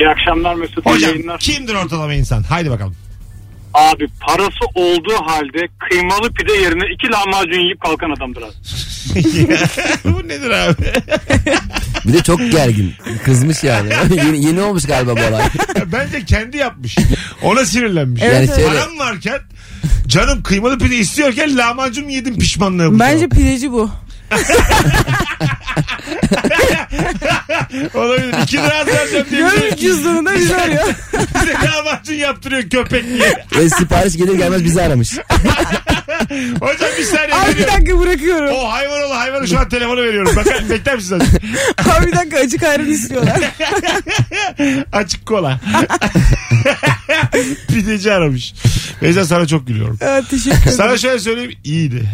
[SPEAKER 9] İyi akşamlar Mesut. iyi
[SPEAKER 2] Hocam
[SPEAKER 9] yayınlar.
[SPEAKER 2] kimdir ortalama insan? Haydi
[SPEAKER 3] (laughs)
[SPEAKER 2] bakalım. (laughs)
[SPEAKER 9] Abi parası olduğu halde kıymalı pide yerine iki lahmacun yiyip kalkan adamdır abi.
[SPEAKER 2] Bu nedir abi? (laughs)
[SPEAKER 4] Bir de çok gergin. Kızmış yani. (laughs) yeni, yeni olmuş galiba bu olay.
[SPEAKER 2] Bence kendi yapmış. Ona sinirlenmiş.
[SPEAKER 3] Evet,
[SPEAKER 4] Yani
[SPEAKER 3] evet.
[SPEAKER 4] şöyle
[SPEAKER 2] Param varken canım kıymalı pide istiyorken lahmacun yedim pişmanlığı. bu.
[SPEAKER 3] Bence pideci bu.
[SPEAKER 2] Olabilir. 2 lira az vereceğim diye şey
[SPEAKER 3] Görmüş
[SPEAKER 2] bize, (laughs)
[SPEAKER 3] cüzdanında bizi arıyor.
[SPEAKER 2] bize lahmacun yaptırıyor köpek diye.
[SPEAKER 4] ve sipariş gelir gelmez bizi aramış.
[SPEAKER 2] Hocam bir saniye
[SPEAKER 3] Abi bir
[SPEAKER 2] veriyorum.
[SPEAKER 3] dakika bırakıyorum.
[SPEAKER 2] O hayvan oğlu hayvanı şu an telefonu veriyorum. Bakar, bekler misiniz? azıcık?
[SPEAKER 3] Abi (laughs) bir dakika acık ayran istiyorlar.
[SPEAKER 2] Açık kola. (laughs) Pideci aramış. Beyza sana çok gülüyorum.
[SPEAKER 3] Ee, teşekkür ederim.
[SPEAKER 2] Sana şöyle söyleyeyim iyiydi.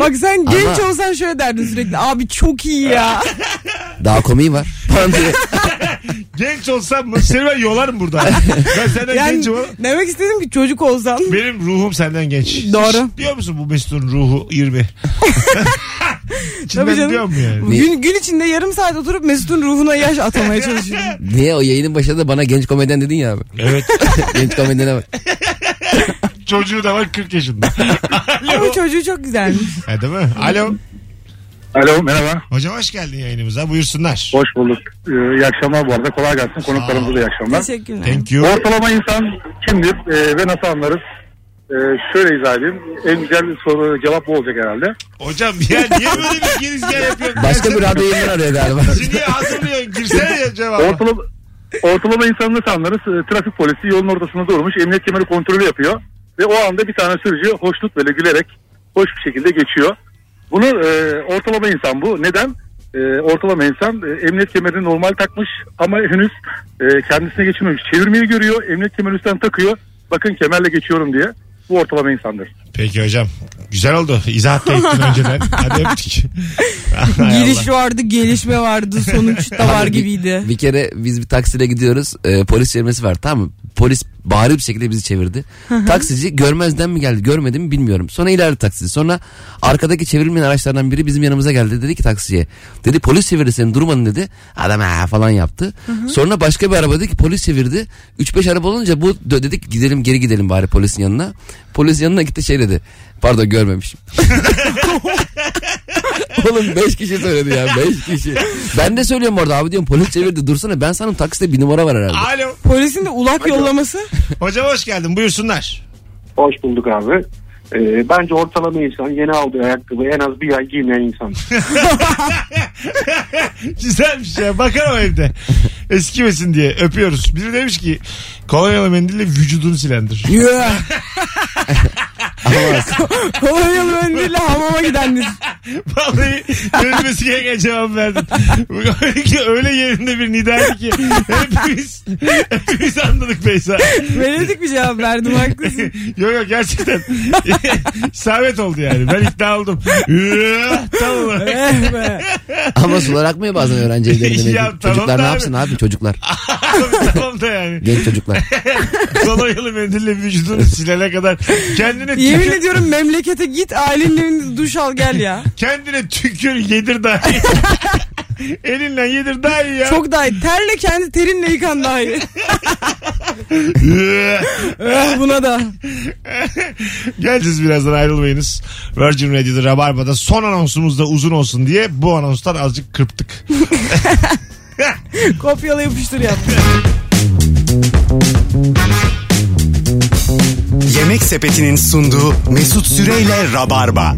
[SPEAKER 3] Bak sen genç
[SPEAKER 4] Ama-
[SPEAKER 3] olsan şöyle derdin sürekli. Abi çok iyi ya.
[SPEAKER 4] Daha komiği var. (laughs) Falan diye.
[SPEAKER 2] Genç olsam mı? Seni ben yolarım
[SPEAKER 3] (laughs)
[SPEAKER 2] burada. Ben senden
[SPEAKER 3] Yani
[SPEAKER 2] gençim ama
[SPEAKER 3] demek istedim ki çocuk olsan.
[SPEAKER 2] benim ruhum senden genç.
[SPEAKER 3] Doğru.
[SPEAKER 2] Diyor musun bu Mesut'un ruhu 20?
[SPEAKER 3] (laughs) Tabii
[SPEAKER 2] İçinden
[SPEAKER 3] canım.
[SPEAKER 2] diyor mu yani?
[SPEAKER 3] Gün, gün içinde yarım saat oturup Mesut'un ruhuna yaş
[SPEAKER 2] (laughs)
[SPEAKER 3] atamaya çalışıyorum.
[SPEAKER 4] Niye o yayının başında da bana genç komedyen dedin ya abi. (laughs)
[SPEAKER 2] Evet.
[SPEAKER 4] genç komedyene bak.
[SPEAKER 2] Çocuğu da var 40
[SPEAKER 3] (laughs)
[SPEAKER 2] yaşında.
[SPEAKER 3] Ama çocuğu çok güzelmiş.
[SPEAKER 2] ha, değil mi? Alo.
[SPEAKER 9] Alo merhaba.
[SPEAKER 2] Hocam hoş geldin yayınımıza. Buyursunlar.
[SPEAKER 9] Hoş bulduk. Ee, iyi akşamlar bu arada. Kolay gelsin. Konuklarımıza da iyi akşamlar.
[SPEAKER 3] Teşekkürler.
[SPEAKER 2] Thank you.
[SPEAKER 9] Ortalama insan kimdir e, ve nasıl anlarız? E, şöyle izah edeyim. En güzel soru cevap bu olacak herhalde.
[SPEAKER 2] Hocam ya niye böyle bir girizgah yapıyorsun?
[SPEAKER 4] Başka
[SPEAKER 2] Ben
[SPEAKER 4] bir radyo yayından arıyor galiba.
[SPEAKER 2] Seni niye hazırlıyorsun? Girsene ya cevaba.
[SPEAKER 9] Ortalama, ortalama insanı nasıl anlarız? E, trafik polisi yolun ortasında durmuş. Emniyet kemeri kontrolü yapıyor. Ve o anda bir tane sürücü hoşnut böyle gülerek hoş bir şekilde geçiyor. Bunu e, ortalama insan bu. Neden? E, ortalama insan e, emniyet kemerini normal takmış ama henüz e, kendisine geçirmemiş. Çevirmeyi görüyor. Emniyet kemeri üstten takıyor. Bakın kemerle geçiyorum diye. Bu ortalama insandır.
[SPEAKER 2] Peki hocam. Güzel oldu. İzahat da
[SPEAKER 4] (laughs)
[SPEAKER 2] ettin önceden. Hadi
[SPEAKER 3] (laughs)
[SPEAKER 2] öptük. Hay
[SPEAKER 3] Giriş
[SPEAKER 2] Allah.
[SPEAKER 3] vardı, gelişme vardı, sonuç da var
[SPEAKER 4] Abi bir-
[SPEAKER 3] gibiydi.
[SPEAKER 4] Bir kere biz bir taksiyle gidiyoruz. Ee, polis çevirmesi var tamam mı? Polis bariz bir şekilde bizi çevirdi. Taksici görmezden mi geldi görmedi mi bilmiyorum. Sonra ilerledi taksici. Sonra arkadaki çevrilmeyen araçlardan biri bizim yanımıza geldi. Dedi ki taksiciye. Dedi polis çevirdi seni durmadın dedi. Adam ha falan yaptı. Sonra başka bir araba dedi ki polis çevirdi. 3-5 araba olunca bu dö- dedik gidelim geri gidelim bari polisin yanına. Polis yanına gitti şey dedi. Pardon görmemişim. (laughs) Oğlum 5 kişi söyledi ya 5 kişi. Ben de söylüyorum orada abi diyorum polis çevirdi dursana ben sanırım takside bir numara var herhalde.
[SPEAKER 2] Alo.
[SPEAKER 3] Polisin de ulak yollaması.
[SPEAKER 2] Hocam hoş geldin. Buyursunlar.
[SPEAKER 10] Hoş bulduk abi. Ee, bence ortalama insan yeni aldığı ayakkabı en az bir ay giymeyen insan.
[SPEAKER 2] Güzelmiş ya. şey. Bakar o evde. Eskimesin diye öpüyoruz. Biri demiş ki kolonyalı mendille vücudunu silendir.
[SPEAKER 3] (laughs) Yeah. Kolonyalı mendille hamama gidendir.
[SPEAKER 2] (laughs) Vallahi görülmesi gereken cevap verdim. Öyle ki (laughs) öyle yerinde bir nidaydı ki hepimiz, hepimiz anladık Beyza. (laughs)
[SPEAKER 3] Veredik bir cevap verdim haklısın.
[SPEAKER 2] yok yok gerçekten (laughs) isabet oldu yani. Ben ikna oldum. (laughs) tamam. olarak.
[SPEAKER 3] (laughs) Eh be.
[SPEAKER 4] Ama sular akmıyor bazen öğrenci
[SPEAKER 2] (laughs)
[SPEAKER 4] evlerinde.
[SPEAKER 2] Ya tamam
[SPEAKER 4] çocuklar
[SPEAKER 2] da
[SPEAKER 4] ne
[SPEAKER 2] abi.
[SPEAKER 4] yapsın abi çocuklar.
[SPEAKER 2] tamam da yani.
[SPEAKER 4] Genç çocuklar.
[SPEAKER 2] Kolonyalı mendille vücudunu silene kadar kendine
[SPEAKER 3] Yemin
[SPEAKER 2] tükür,
[SPEAKER 3] ediyorum memlekete git ailenin evinde duş al gel ya.
[SPEAKER 2] kendine tükür yedir daha iyi.
[SPEAKER 3] (laughs)
[SPEAKER 2] Elinle yedir daha iyi ya. (laughs)
[SPEAKER 3] Çok daha iyi. Terle kendi terinle yıkan daha iyi. Eh, Buna da.
[SPEAKER 2] Geleceğiz birazdan ayrılmayınız. Virgin Radio'da Rabarba'da son anonsumuz da uzun olsun diye bu anonstan azıcık kırptık.
[SPEAKER 3] Kopyala yapıştır yap.
[SPEAKER 1] Yemek Sepeti'nin sunduğu Mesut Süreyle Rabarba.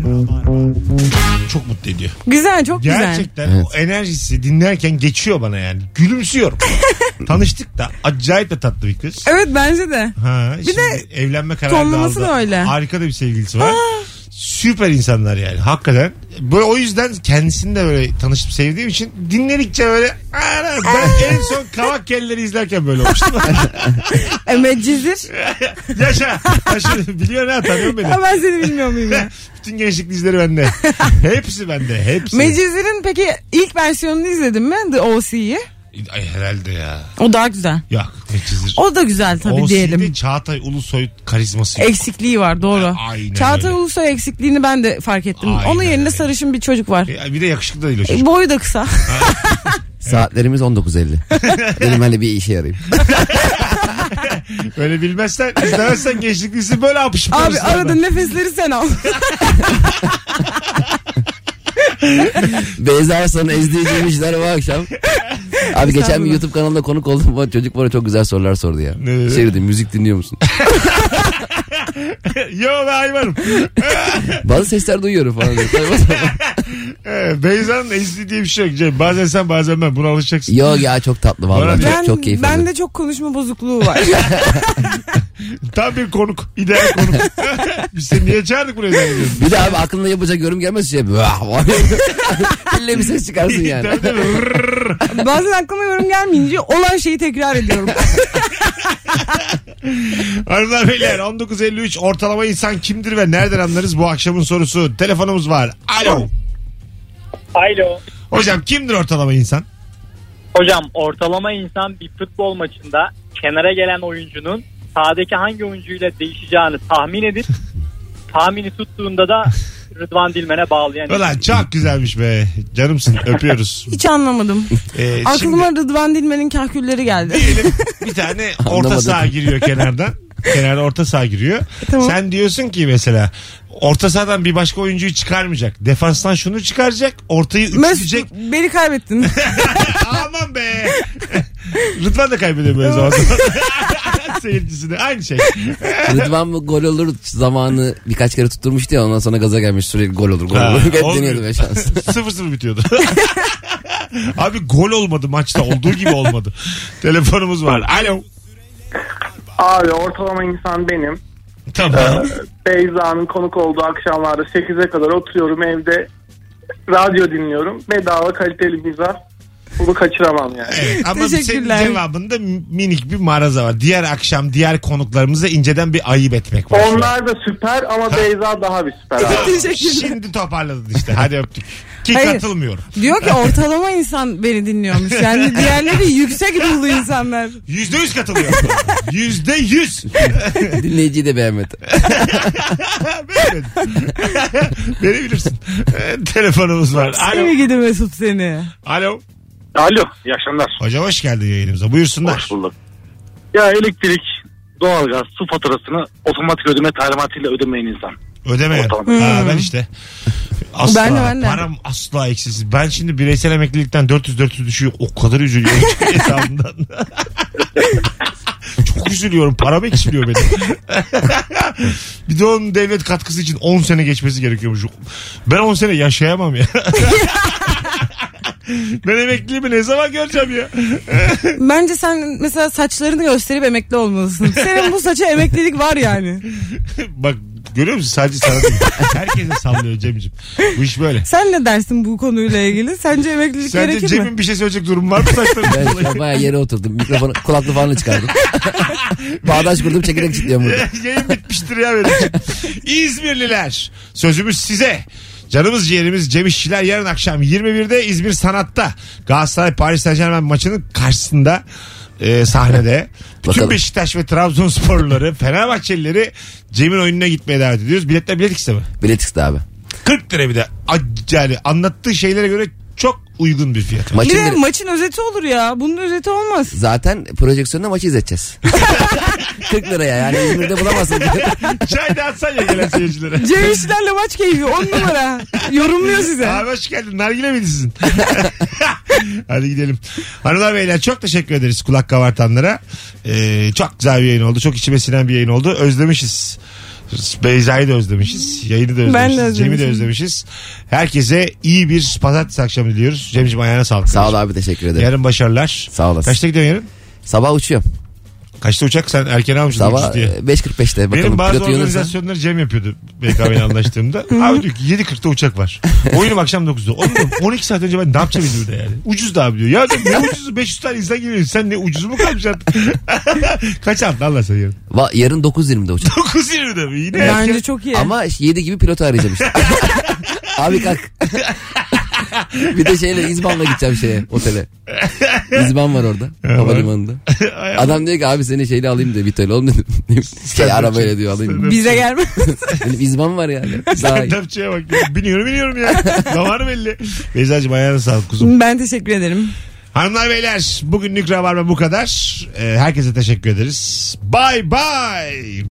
[SPEAKER 2] Çok mutlu ediyor.
[SPEAKER 3] Güzel çok güzel.
[SPEAKER 2] Gerçekten o enerjisi dinlerken geçiyor bana yani.
[SPEAKER 3] (laughs)
[SPEAKER 2] Gülümsüyorum. Tanıştık da acayip de tatlı bir kız.
[SPEAKER 3] Evet bence de.
[SPEAKER 2] Ha, bir
[SPEAKER 3] de
[SPEAKER 2] evlenme kararı da
[SPEAKER 3] tonlaması
[SPEAKER 2] aldı.
[SPEAKER 3] da öyle. Ah.
[SPEAKER 2] Harika da bir sevgilisi var. Süper insanlar yani hakikaten. Böyle o yüzden kendisini de böyle tanışıp sevdiğim için dinledikçe böyle "Ana,
[SPEAKER 3] Ah."
[SPEAKER 2] ben en son kavak kelleri izlerken böyle olmuştum. (laughs)
[SPEAKER 3] E, Medcezir.
[SPEAKER 2] Yaşa. Yaşa. Biliyor ha tanıyor beni.
[SPEAKER 3] Ha, ben seni bilmiyor muyum ya?
[SPEAKER 2] (laughs) Bütün gençlik dizileri bende. Hepsi bende. Hepsi.
[SPEAKER 3] Medcezir'in peki ilk versiyonunu izledin mi? The O.C.'yi.
[SPEAKER 2] Ay herhalde ya.
[SPEAKER 3] O daha güzel.
[SPEAKER 2] Yok. Mecizir.
[SPEAKER 3] O da güzel tabii diyelim. E-
[SPEAKER 2] Çağatay Ulusoy karizması. yok.
[SPEAKER 3] Eksikliği var doğru.
[SPEAKER 2] Aynen
[SPEAKER 3] Çağatay
[SPEAKER 2] öyle.
[SPEAKER 3] Ulusoy eksikliğini ben de fark ettim.
[SPEAKER 2] Aynen
[SPEAKER 3] Onun yerine
[SPEAKER 2] öyle.
[SPEAKER 3] sarışın bir çocuk var.
[SPEAKER 2] E, bir de yakışıklı da değil o
[SPEAKER 3] E,
[SPEAKER 2] çocuk.
[SPEAKER 3] Boyu
[SPEAKER 2] (laughs)
[SPEAKER 3] da kısa.
[SPEAKER 4] Saatlerimiz 19.50. Dedim hani bir işe yarayayım.
[SPEAKER 2] Böyle bilmezsen, izlemezsen gençlik dizisi böyle apışmıyoruz.
[SPEAKER 3] E- Abi arada nefesleri sen al.
[SPEAKER 4] Beyza Arslan'ın izleyeceğimişler bu akşam. Abi geçen bir YouTube kanalında konuk oldum. Bu Çocuk bana çok güzel sorular sordu ya.
[SPEAKER 2] Ne dedi?
[SPEAKER 4] Şey dedi müzik dinliyor musun? (laughs)
[SPEAKER 2] Yo ben hayvanım.
[SPEAKER 4] Bazı sesler
[SPEAKER 2] (laughs)
[SPEAKER 4] duyuyorum falan. dedi.
[SPEAKER 2] Ee, Beyza'nın ezdi diye bir şey yok. Cem. Bazen sen bazen ben. Buna alışacaksın.
[SPEAKER 4] Yok ya çok tatlı
[SPEAKER 2] Bana
[SPEAKER 4] vallahi. Çok,
[SPEAKER 3] ben,
[SPEAKER 4] çok keyifli.
[SPEAKER 3] ben de çok konuşma bozukluğu var. (laughs)
[SPEAKER 2] Tam bir konuk. ideal konuk. Biz seni niye çağırdık buraya zannediyorsun?
[SPEAKER 4] Bir de
[SPEAKER 2] (laughs)
[SPEAKER 4] abi (laughs) aklına yapacak yorum gelmez şey. Vah, vah. Elle Ah, bir ses çıkarsın yani.
[SPEAKER 2] Tabii, tabii. Rrrr.
[SPEAKER 3] bazen aklıma yorum gelmeyince olan şeyi tekrar ediyorum.
[SPEAKER 2] Hanımlar beyler 1953 ortalama insan kimdir ve nereden anlarız bu akşamın sorusu. Telefonumuz var. Alo.
[SPEAKER 11] Alo.
[SPEAKER 2] Hocam kimdir ortalama insan?
[SPEAKER 11] Hocam ortalama insan bir futbol maçında kenara gelen oyuncunun sahadaki hangi oyuncuyla değişeceğini tahmin edip tahmini tuttuğunda da (laughs) Rıdvan Dilmen'e bağlayan.
[SPEAKER 2] Ulan çok güzelmiş be. Canımsın öpüyoruz.
[SPEAKER 3] Hiç anlamadım.
[SPEAKER 2] Ee,
[SPEAKER 3] Aklıma Rıdvan Dilmen'in kahkülleri geldi.
[SPEAKER 2] bir tane orta saha giriyor kenardan. Kenarda orta saha giriyor.
[SPEAKER 3] Tamam.
[SPEAKER 2] Sen diyorsun ki mesela orta sahadan bir başka oyuncuyu çıkarmayacak. Defanstan şunu çıkaracak. Ortayı
[SPEAKER 3] (laughs)
[SPEAKER 2] üçleyecek.
[SPEAKER 3] Mesut beni kaybettin.
[SPEAKER 2] Aman be. (laughs) Rıdvan da kaybediyor böyle zaman (laughs) zaman. Seyircisine aynı şey.
[SPEAKER 4] Rıdvan bu gol olur zamanı birkaç kere tutturmuştu ya ondan sonra gaza gelmiş sürekli gol olur gol
[SPEAKER 2] Ha,
[SPEAKER 4] olur. (laughs) Hep
[SPEAKER 2] olmuyor.
[SPEAKER 4] deniyordu
[SPEAKER 2] (laughs)
[SPEAKER 4] be şans.
[SPEAKER 2] sıfır sıfır bitiyordu. Abi gol olmadı maçta olduğu gibi olmadı. Telefonumuz var. Alo.
[SPEAKER 12] Abi ortalama insan benim.
[SPEAKER 2] Tamam.
[SPEAKER 12] Beyza'nın konuk olduğu akşamlarda 8'e kadar oturuyorum evde. Radyo dinliyorum. Bedava kaliteli mizah. Bunu kaçıramam yani.
[SPEAKER 2] Evet, ama senin cevabında minik bir maraza var. Diğer akşam diğer konuklarımıza inceden bir ayıp etmek var.
[SPEAKER 12] Onlar da süper ama Beyza daha bir süper abi.
[SPEAKER 2] Şimdi toparladın işte. Hadi öptük. Ki
[SPEAKER 3] Hayır.
[SPEAKER 2] katılmıyorum.
[SPEAKER 3] Diyor ki ortalama insan beni dinliyormuş. Yani diğerleri yüksek ruhlu insanlar.
[SPEAKER 2] Yüzde yüz katılıyorum. Yüzde yüz. (laughs)
[SPEAKER 4] Dinleyiciyi de beğenmedi.
[SPEAKER 2] Verebilirsin. Ee, Telefonumuz var. Alo.
[SPEAKER 3] Seni gidi Mesut seni.
[SPEAKER 2] Alo.
[SPEAKER 9] Alo. İyi akşamlar.
[SPEAKER 2] Hocam hoş geldin yayınımıza. Buyursunlar.
[SPEAKER 9] Hoş bulduk. Ya elektrik, doğalgaz, su faturasını otomatik ödeme talimatıyla ödemeyen insan.
[SPEAKER 2] Ödeme.
[SPEAKER 9] Ortalama.
[SPEAKER 2] Ha,
[SPEAKER 9] Hmm.
[SPEAKER 2] ben işte. Asla.
[SPEAKER 9] Ben de, ben de.
[SPEAKER 2] Param asla eksiz. Ben şimdi bireysel emeklilikten 400-400 düşüyor. O kadar üzülüyorum ki (laughs) hesabımdan. Çok üzülüyorum. Param eksiliyor benim. (laughs) bir de onun devlet katkısı için 10 sene geçmesi gerekiyormuş. Ben 10 sene yaşayamam ya. (laughs) ben emekliliğimi ne zaman göreceğim ya?
[SPEAKER 3] Bence sen mesela saçlarını gösterip emekli olmalısın. Senin bu saça emeklilik var yani.
[SPEAKER 2] Bak görüyor musun? Sadece sana değil. Herkese sallıyor Cem'ciğim. Bu iş böyle.
[SPEAKER 3] Sen ne dersin bu konuyla ilgili? Sence emeklilik
[SPEAKER 2] Sence
[SPEAKER 3] gerekir mi?
[SPEAKER 2] Cem'in bir şey söyleyecek durum var mı (laughs)
[SPEAKER 4] Ben (laughs)
[SPEAKER 2] saçlarında?
[SPEAKER 4] şu an bayağı yere oturdum. Mikrofonu kulaklığı falan çıkardım. (laughs) Bağdaş kurdum çekerek çitliyorum burada.
[SPEAKER 2] (laughs) Yayın bitmiştir ya benim. İzmirliler sözümüz size. Canımız ciğerimiz Cem İşçiler yarın akşam 21'de İzmir Sanat'ta Galatasaray Paris Saint Germain maçının karşısında e, sahnede. Bütün
[SPEAKER 4] Bakalım.
[SPEAKER 2] Beşiktaş ve Trabzonsporluları, Fenerbahçelileri Cem'in oyununa gitmeye davet ediyoruz. Biletler bilet X'te mi?
[SPEAKER 4] Bilet istedi abi.
[SPEAKER 2] 40 lira bir de. Ac- Yani anlattığı şeylere göre çok uygun bir fiyat. (laughs)
[SPEAKER 3] Bir de maçın özeti olur ya. Bunun özeti olmaz.
[SPEAKER 4] Zaten projeksiyonda
[SPEAKER 2] (laughs)
[SPEAKER 4] maçı izleteceğiz. 40 liraya yani İzmir'de bulamazsın. (laughs)
[SPEAKER 2] Çay da atsan ya gelen seyircilere.
[SPEAKER 3] Cem İşçilerle maç keyfi 10 numara. Yorumluyor size.
[SPEAKER 2] Abi hoş geldin. Nargile miydi sizin? (laughs) Hadi gidelim. Hanımlar beyler çok teşekkür ederiz kulak kabartanlara. Ee, çok güzel bir yayın oldu. Çok içime sinen bir yayın oldu. Özlemişiz. Beyza'yı da özlemişiz. Yayını da
[SPEAKER 3] Ben de
[SPEAKER 2] özlemişiz. Cem'i de
[SPEAKER 3] özlemişim.
[SPEAKER 2] özlemişiz. Herkese iyi bir pazartesi akşamı diliyoruz. Cem'ciğim ayağına sağlık.
[SPEAKER 4] Sağ ol abi teşekkür ederim.
[SPEAKER 2] Yarın başarılar.
[SPEAKER 4] Sağ olasın.
[SPEAKER 2] Kaçta gidiyorsun yarın?
[SPEAKER 4] Sabah uçuyorum.
[SPEAKER 2] Kaçta uçak? Sen erken almışsın
[SPEAKER 4] Sabah
[SPEAKER 2] ucuz diye.
[SPEAKER 4] e, 5.45'te bakalım.
[SPEAKER 2] Benim bazı
[SPEAKER 4] pilot uyanırsa-
[SPEAKER 2] organizasyonları Cem yapıyordu BKM'yle (laughs) anlaştığımda. abi diyor ki 7.40'da uçak var. Oyunum akşam 9'da. Oğlum diyorum, 12 saat önce ben ne yapacağım İzmir'de yani. Ucuz da abi diyor. Ya diyorum, ne ucuzu 500 tane insan geliyor. Sen ne ucuz mu kalmış artık? (laughs) Kaç aldın Allah sen (laughs) yarın?
[SPEAKER 4] Va- yarın 9.20'de uçak.
[SPEAKER 2] 9.20'de mi? Yine erken.
[SPEAKER 3] Bence çok iyi.
[SPEAKER 4] Ama 7 gibi pilotu arayacağım (laughs) işte. abi kalk. (laughs) bir de şeyle İzban'la gideceğim şeye otele. İzban var orada havalimanında.
[SPEAKER 2] Ay,
[SPEAKER 4] Adam diyor ki abi seni şeyle alayım diyor Vito'yla oğlum dedim. (laughs) şey arabayla diyor alayım.
[SPEAKER 3] Bize gelme.
[SPEAKER 4] Benim İzban var yani. Daha iyi.
[SPEAKER 2] Stand-upçıya bak. ya. Biniyorum biniyorum (laughs) ya. Zamanı belli. Beyza'cığım ayağına sağlık kuzum.
[SPEAKER 3] ben teşekkür ederim.
[SPEAKER 2] Hanımlar beyler bugünlük rabarba bu kadar. Ee, herkese teşekkür ederiz. Bye bye.